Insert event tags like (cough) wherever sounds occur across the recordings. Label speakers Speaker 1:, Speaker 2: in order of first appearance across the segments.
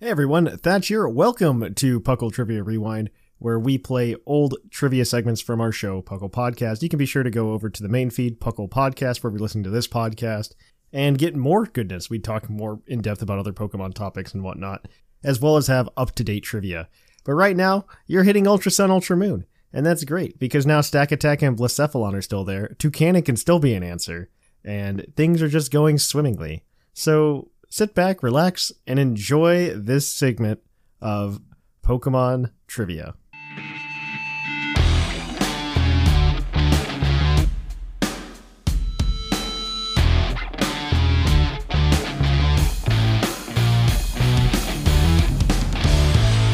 Speaker 1: Hey everyone, Thatch here. Welcome to Puckle Trivia Rewind, where we play old trivia segments from our show, Puckle Podcast. You can be sure to go over to the main feed, Puckle Podcast, where we listen to this podcast and get more goodness. We talk more in depth about other Pokemon topics and whatnot, as well as have up to date trivia. But right now, you're hitting Ultra Sun, Ultra Moon, and that's great because now Stack Attack and Blacephalon are still there. Toucanic can still be an answer, and things are just going swimmingly. So sit back, relax, and enjoy this segment of Pokemon trivia.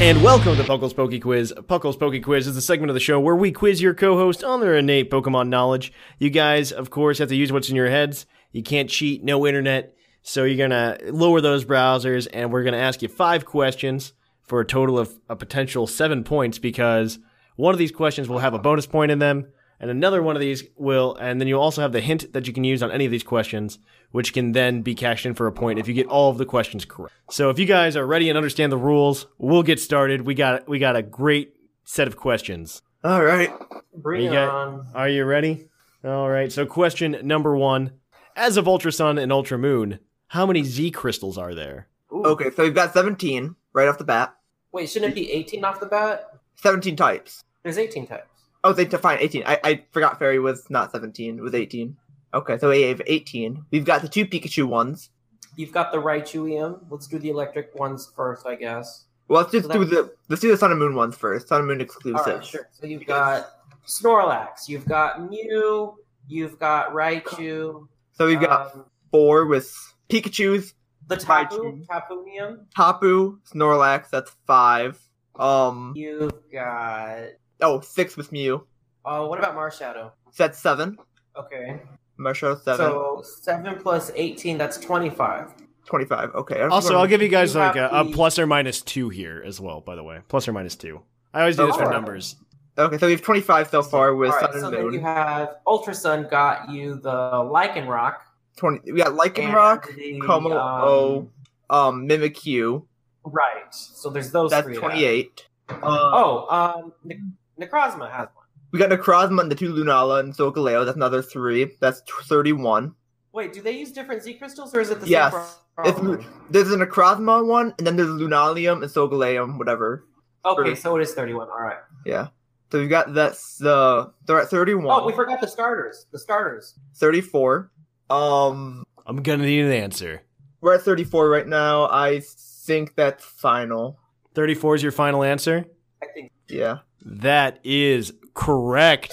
Speaker 1: And welcome to Puckle's Poke Quiz. Puckle's Poke Quiz is the segment of the show where we quiz your co host on their innate Pokemon knowledge. You guys, of course, have to use what's in your heads. You can't cheat, no internet. So you're going to lower those browsers, and we're going to ask you five questions for a total of a potential seven points because one of these questions will have a bonus point in them, and another one of these will, and then you'll also have the hint that you can use on any of these questions, which can then be cashed in for a point if you get all of the questions correct. So if you guys are ready and understand the rules, we'll get started. We got we got a great set of questions.
Speaker 2: All right.
Speaker 1: You
Speaker 3: Bring it
Speaker 1: got-
Speaker 3: on.
Speaker 1: Are you ready? All right. So question number one: As of Ultra Sun and Ultra Moon, how many Z crystals are there?
Speaker 3: Ooh.
Speaker 2: Okay, so we've got 17 right off the bat.
Speaker 3: Wait, shouldn't it be 18 off the bat?
Speaker 2: 17 types.
Speaker 3: There's 18 types.
Speaker 2: Oh, they define 18. I, I forgot Fairy was not 17, it was 18. Okay, so we have 18. We've got the two Pikachu ones.
Speaker 3: You've got the Raichu EM. Let's do the electric ones first, I guess.
Speaker 2: Well, let's just
Speaker 3: So
Speaker 2: do
Speaker 3: that's-
Speaker 2: the let's do the Sun and Moon ones first. Sun and Moon
Speaker 3: All
Speaker 2: exclusive.
Speaker 3: right, sure. So you've got Snorlax. You've got Mew. You've got Raichu.
Speaker 2: So we've got
Speaker 3: um,
Speaker 2: four with Pikachu's,
Speaker 3: the Tapu,
Speaker 2: Raichu.
Speaker 3: Tapu EM.
Speaker 2: Tapu, Snorlax. That's five. Um.
Speaker 3: You've got.
Speaker 2: Oh, six with Mew.
Speaker 3: Oh, what about Marshadow?
Speaker 2: So that's seven.
Speaker 3: Okay.
Speaker 2: Marshadow seven.
Speaker 3: So 7 plus 18, that's 25.
Speaker 2: Twenty-five. Okay. I don't
Speaker 1: Also,
Speaker 2: remember-
Speaker 1: I'll give you guys
Speaker 3: You
Speaker 1: like a,
Speaker 3: have
Speaker 1: a
Speaker 3: the-
Speaker 1: plus or minus two here as well. By the way, plus or minus two. I always do this for
Speaker 3: Alright.
Speaker 1: numbers.
Speaker 2: Okay, so we have twenty-five so far with
Speaker 3: All right,
Speaker 2: Sun
Speaker 3: so
Speaker 2: and
Speaker 3: then
Speaker 2: Moon.
Speaker 3: you have Ultra Sun got you the Lycanroc.
Speaker 2: Twenty. We got
Speaker 3: and
Speaker 2: Lycanroc,
Speaker 3: the,
Speaker 2: Como,
Speaker 3: um,
Speaker 2: O, um, Mimikyu.
Speaker 3: Right. So there's those
Speaker 2: That's
Speaker 3: three. there.
Speaker 2: twenty-eight. Uh,
Speaker 3: Oh, um, Ne- Necrozma has one.
Speaker 2: we got Necrozma and the two Lunala and Solgaleo. That's another three. That's t- thirty-one.
Speaker 3: Wait, do they use different Z crystals or is it the
Speaker 2: Yes.
Speaker 3: same?
Speaker 2: It's,
Speaker 3: problem?
Speaker 2: there's a Necrozma one, and then there's Lunalium and Solgaleo, whatever.
Speaker 3: okay, so it is 31. All right.
Speaker 2: Yeah. So we've got that's uh, they're at thirty-one.
Speaker 3: Oh, we forgot the starters. The starters.
Speaker 2: 34. Um,
Speaker 1: I'm gonna need an answer.
Speaker 2: we're at 34 right now. I think that's final.
Speaker 1: Thirty-four is your final answer.
Speaker 3: I think.
Speaker 2: Yeah.
Speaker 1: That is correct.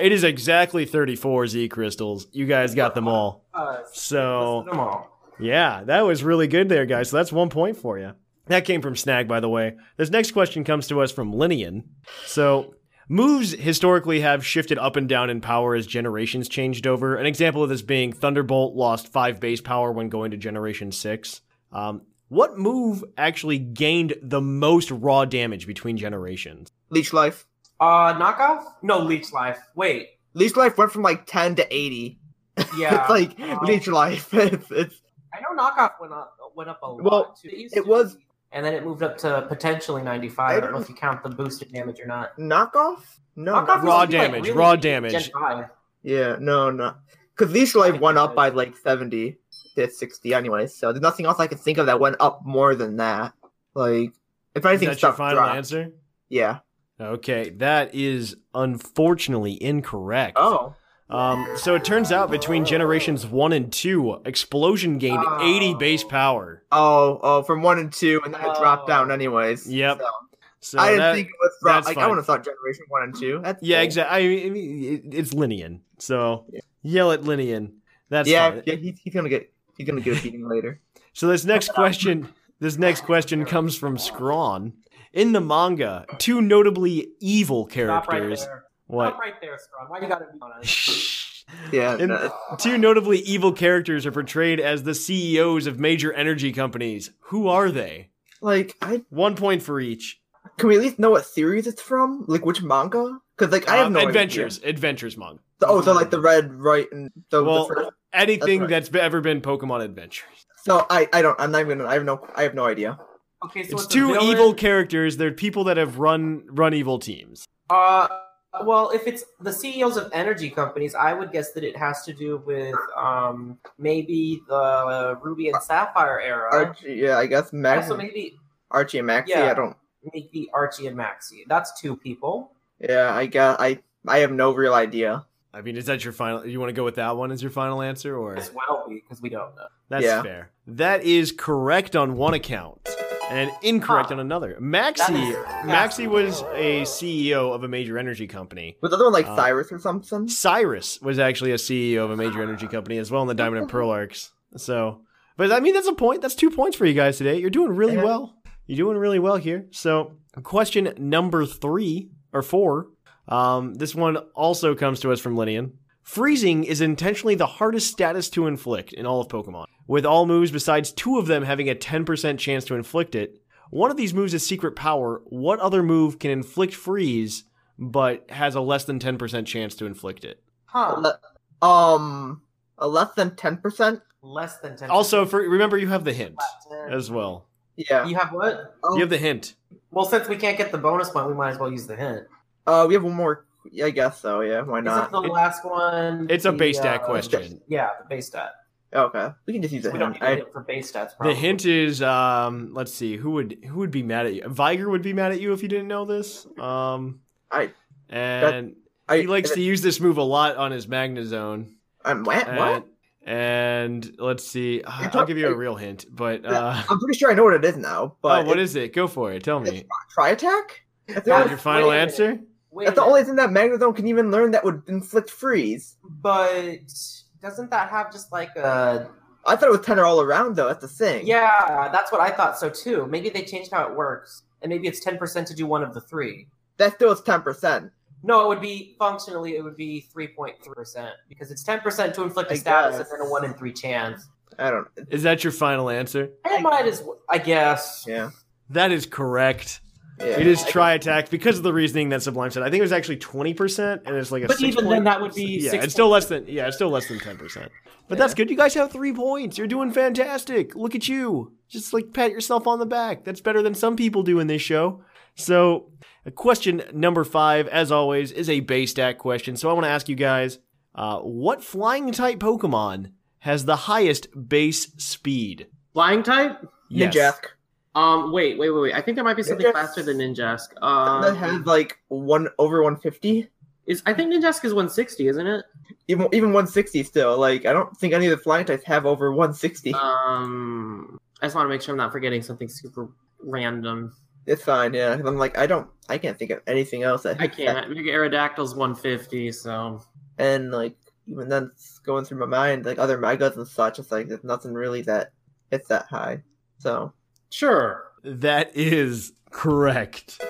Speaker 1: It is exactly 34 Z crystals. You guys got them all.
Speaker 3: Uh,
Speaker 1: So,
Speaker 3: them all.
Speaker 1: yeah, that was really good there, guys. So, that's one point for you. That came from Snag, by the way. This next question comes to us from Linian. So, moves historically have shifted up and down in power as generations changed over. An example of this being Thunderbolt lost five base power when going to Generation 6. Um, what move actually gained the most raw damage between generations?
Speaker 2: Leech Life.
Speaker 3: Uh, knockoff? No, Leech Life. Wait.
Speaker 2: (laughs) Leech Life went from like 10 to 80. (laughs)
Speaker 3: Yeah.
Speaker 2: it's like
Speaker 3: um,
Speaker 2: Leech Life. (laughs) it's, it's,
Speaker 3: I know knockoff went up went up a lot.
Speaker 2: Well,
Speaker 3: too. used
Speaker 2: it
Speaker 3: to
Speaker 2: was-
Speaker 3: be- And then it moved up to potentially 95. I don't know if you count the boosted damage or not.
Speaker 2: knockoff? No.
Speaker 3: Knockoff
Speaker 2: not-
Speaker 3: used
Speaker 1: Raw
Speaker 3: to be, like,
Speaker 1: damage,
Speaker 3: really
Speaker 1: raw
Speaker 3: big in
Speaker 1: damage.
Speaker 3: Gen 5.
Speaker 2: yeah, no, no. Because Leech Life went up by like 70 to 60 anyway, so there's nothing else I can think of that went up more than that. Like, if
Speaker 1: Is
Speaker 2: anything,
Speaker 1: that your
Speaker 2: stuff
Speaker 1: final
Speaker 2: dropped.
Speaker 1: answer?
Speaker 2: Yeah.
Speaker 1: Okay, that is unfortunately incorrect.
Speaker 2: Oh.
Speaker 1: Um, so it turns out between generations one and two, Explosion gained
Speaker 3: Oh.
Speaker 1: 80 base power.
Speaker 2: Oh, oh, from one and two, and then it dropped
Speaker 3: Oh.
Speaker 2: down anyways.
Speaker 1: Yep.
Speaker 2: so.
Speaker 1: So
Speaker 2: I didn't
Speaker 1: that-
Speaker 2: think it was from,
Speaker 1: that's
Speaker 2: like I
Speaker 1: fine.
Speaker 2: would have thought Generation One and Two. That's
Speaker 1: Yeah,
Speaker 2: cool.
Speaker 1: exactly. I mean, it- it's Linian. So yell at Linian. That's
Speaker 2: yeah,
Speaker 1: fine.
Speaker 2: yeah. He's, he's gonna get he's gonna get a beating later.
Speaker 1: So this next question, this next question comes from Scrawn. In the manga, two notably evil
Speaker 3: Stop right
Speaker 1: characters.
Speaker 3: there.
Speaker 1: what? (laughs)
Speaker 3: Stop right there, Scrum. Why you gotta be on it?
Speaker 2: Yeah,
Speaker 1: In-
Speaker 2: no,
Speaker 1: Two notably evil characters are portrayed as the CEOs of major energy companies. Who are they?
Speaker 2: like I
Speaker 1: One point for each.
Speaker 2: can we at least know what series it's from? Like which manga? Because like I have
Speaker 1: Um,
Speaker 2: no idea.
Speaker 1: adventures, adventures manga.
Speaker 2: So- oh, so like the red, right, and so the
Speaker 1: Well-
Speaker 2: first-
Speaker 1: Anything
Speaker 2: right.
Speaker 1: that's be- ever been Pokemon Adventures.
Speaker 2: so I I don't I'm not even I have no I have no idea.
Speaker 3: Okay, so
Speaker 1: It's,
Speaker 3: a
Speaker 1: two
Speaker 3: villain.
Speaker 1: evil characters. They're people that have run run evil teams.
Speaker 3: Uh, well, if it's the CEOs of energy companies, I would guess that it has to do with um, maybe the Ruby and Sapphire era.
Speaker 2: Archie, yeah, I guess Max,
Speaker 3: Also, maybe
Speaker 2: Archie and Maxie.
Speaker 3: Yeah.
Speaker 2: I don't.
Speaker 3: maybe Archie and Maxie. That's two people.
Speaker 2: Yeah, I guess I I have no real idea.
Speaker 1: I mean, is that your final? You want to go with that one as your final answer, or
Speaker 3: As well, because we don't know.
Speaker 1: that's
Speaker 2: Yeah.
Speaker 1: fair? That is correct on one account and incorrect
Speaker 3: Huh.
Speaker 1: on another. Maxie,
Speaker 3: is-
Speaker 1: Maxie was a CEO of a major energy company.
Speaker 2: Was the other one like
Speaker 1: Uh,
Speaker 2: Cyrus or something?
Speaker 1: Cyrus was actually a CEO of a major energy company as well in the Diamond and Pearl arcs. So, but I mean, that's a point. That's two points for you guys today. You're doing really
Speaker 2: Yeah.
Speaker 1: well. You're doing really well here. So, question number three or four. Um, this one also comes to us from Linian. Freezing is intentionally the hardest status to inflict in all of Pokemon, with all moves besides two of them having a 10% chance to inflict it. One of these moves is Secret Power. What other move can inflict freeze but has a less than 10% chance to inflict it?
Speaker 3: Huh.
Speaker 2: Le- Uh, um, a less than ten percent.
Speaker 3: Less than 10
Speaker 1: Also, for remember you have the hint as well.
Speaker 2: Yeah.
Speaker 3: You have what?
Speaker 2: Oh,
Speaker 1: You have the hint.
Speaker 3: Well, since we can't get the bonus point, we might as well use the hint.
Speaker 2: uh, we have one more. I guess so. Yeah. Why
Speaker 3: Is it
Speaker 2: not?
Speaker 3: the
Speaker 1: It-
Speaker 3: last one?
Speaker 1: It's a
Speaker 3: The,
Speaker 1: base stat
Speaker 3: uh,
Speaker 1: question.
Speaker 3: Yeah, the base stat.
Speaker 2: Okay. We can just use it.
Speaker 3: we don't need
Speaker 2: I-
Speaker 3: it for base stats.
Speaker 1: The
Speaker 3: Probably.
Speaker 1: hint is um let's see who would who would be mad at you. Viger would be mad at you if you didn't know this. Um
Speaker 2: I-
Speaker 1: and
Speaker 2: I,
Speaker 1: he likes to use this move a lot on his Magnazone.
Speaker 2: I'm what?
Speaker 1: And,
Speaker 2: what?
Speaker 1: and let's see. uh, I'll
Speaker 2: talk-
Speaker 1: give you a real hint, but uh
Speaker 2: I'm pretty sure I know what it is now.
Speaker 1: oh,
Speaker 2: (laughs) But
Speaker 1: what
Speaker 2: it-
Speaker 1: is it? Go for it. Tell me.
Speaker 2: try attack? That's the,
Speaker 3: Yeah,
Speaker 1: Is
Speaker 2: only,
Speaker 1: your final
Speaker 3: Wait a
Speaker 1: answer?
Speaker 3: Wait,
Speaker 2: that's the only thing that Magnezone can even learn that would inflict freeze.
Speaker 3: but doesn't that have just like a?
Speaker 2: I thought it was tenor all around though. That's the thing.
Speaker 3: Yeah, that's what I thought so too. Maybe they changed how it works, and maybe it's ten percent to do one of the three.
Speaker 2: That still is ten percent.
Speaker 3: No, it would be functionally it would be three point three percent because it's ten percent to inflict a
Speaker 2: I
Speaker 3: status
Speaker 2: guess.
Speaker 3: and then a one in three chance.
Speaker 2: I don't.
Speaker 1: Is that your final answer?
Speaker 3: I might as well, I guess.
Speaker 2: Yeah.
Speaker 1: That is correct.
Speaker 2: Yeah.
Speaker 1: It is try attack because of the reasoning that Sublime said. I think it was actually twenty percent, and it's like a.
Speaker 3: But
Speaker 1: six
Speaker 3: even
Speaker 1: point-
Speaker 3: then, that would be
Speaker 1: yeah,
Speaker 3: six
Speaker 1: it's still less than yeah, it's still less than ten percent. But that's good. You guys have three points. You're doing fantastic. Look at you. Just like pat yourself on the back. That's better than some people do in this show. So, uh, question number five, as always, is a base stat question. So I want to ask you guys, uh, what flying type Pokemon has the highest base speed?
Speaker 4: Flying type?
Speaker 1: Yes.
Speaker 2: Ninjask.
Speaker 4: Um, wait, wait, wait, wait. I think there might be something
Speaker 2: Ninjask.
Speaker 4: faster than Ninjask.
Speaker 2: uh, that
Speaker 4: Um,
Speaker 2: has like one over one fifty.
Speaker 4: is I think Ninjask is 160, isn't it?
Speaker 2: Even even one sixty still. Like I don't think any of the flying types have over one sixty.
Speaker 4: Um, I just want to make sure I'm not forgetting something super random.
Speaker 2: it's fine. Yeah. 'Cause I'm like I don't. I can't think of anything else. That
Speaker 4: I can't. Mega Aerodactyl's 150, so
Speaker 2: and like even then it's going through my mind like other megas and such it's like there's nothing really that hits that high so
Speaker 4: sure.
Speaker 1: That is correct.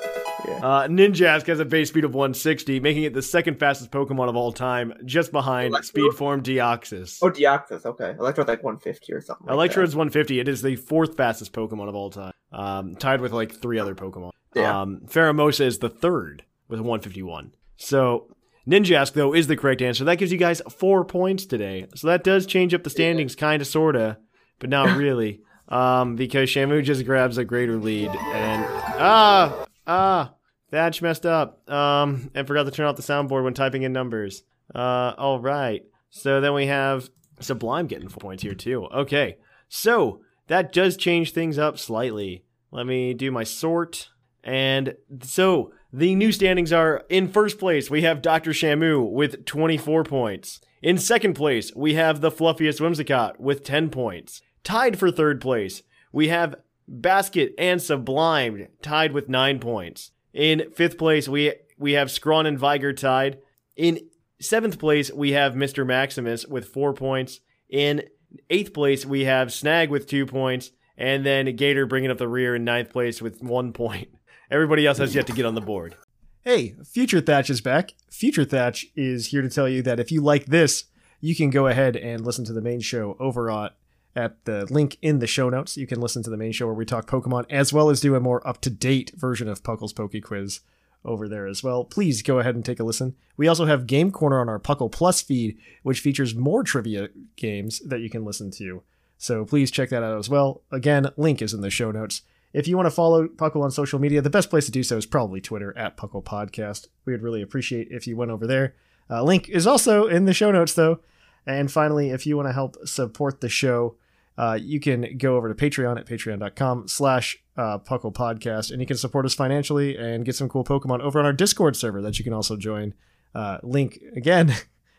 Speaker 2: Yeah.
Speaker 1: Uh, Ninjask has a base speed of 160, making it the second fastest Pokemon of all time, just behind
Speaker 2: Electro?
Speaker 1: Speedform Deoxys.
Speaker 2: oh deoxys okay electro's like 150 or something like
Speaker 1: Electrode's 150. It is the fourth fastest Pokemon of all time, um, tied with like three other Pokemon.
Speaker 2: Yeah.
Speaker 1: Um, Pheromosa is the third with 151. So Ninjask though is the correct answer. That gives you guys four points today. So that does change up the standings, kind of, sorta, but
Speaker 2: (laughs)
Speaker 1: not really, um, because Shamu just grabs a greater lead and ah ah. Thatch messed up um, and forgot to turn off the soundboard when typing in numbers. Uh, all right. So then we have Sublime getting four points here, too. Okay. So that does change things up slightly. Let me do my sort. And so the new standings are in first place, we have Dr. Shamu with 24 points. In second place, we have the fluffiest Whimsicott with 10 points. Tied for third place, we have Basket and Sublimed tied with 9 points. In fifth place, we we have Scrawn and Viger tied. In seventh place, we have Mr. Maximus with four points. In eighth place, we have Snag with two points, and then Gator bringing up the rear in ninth place with one point. (laughs) Everybody else has yet to get on the board. Hey, Future Thatch is back. Future Thatch is here to tell you that if you like this, you can go ahead and listen to the main show over on at the link in the show notes. You can listen to the main show where we talk Pokemon as well as do a more up to date version of Puckle's Poke Quiz over there as well. Please go ahead and take a listen. We also have Game Corner on our Puckle Plus feed, which features more trivia games that you can listen to. So please check that out as well. Again, link is in the show notes. If you want to follow Puckle on social media, the best place to do so is probably Twitter at Puckle Podcast. We would really appreciate if you went over there. Uh, link is also in the show notes, though. And finally, if you want to help support the show, uh, you can go over to Patreon at patreon.com slash uh, Puckle Podcast, and you can support us financially and get some cool Pokemon over on our Discord server that you can also join. Uh, link, again, (laughs)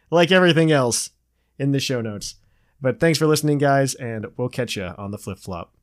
Speaker 1: like everything else, in the show notes. But thanks for listening, guys, and we'll catch you on the flip flop.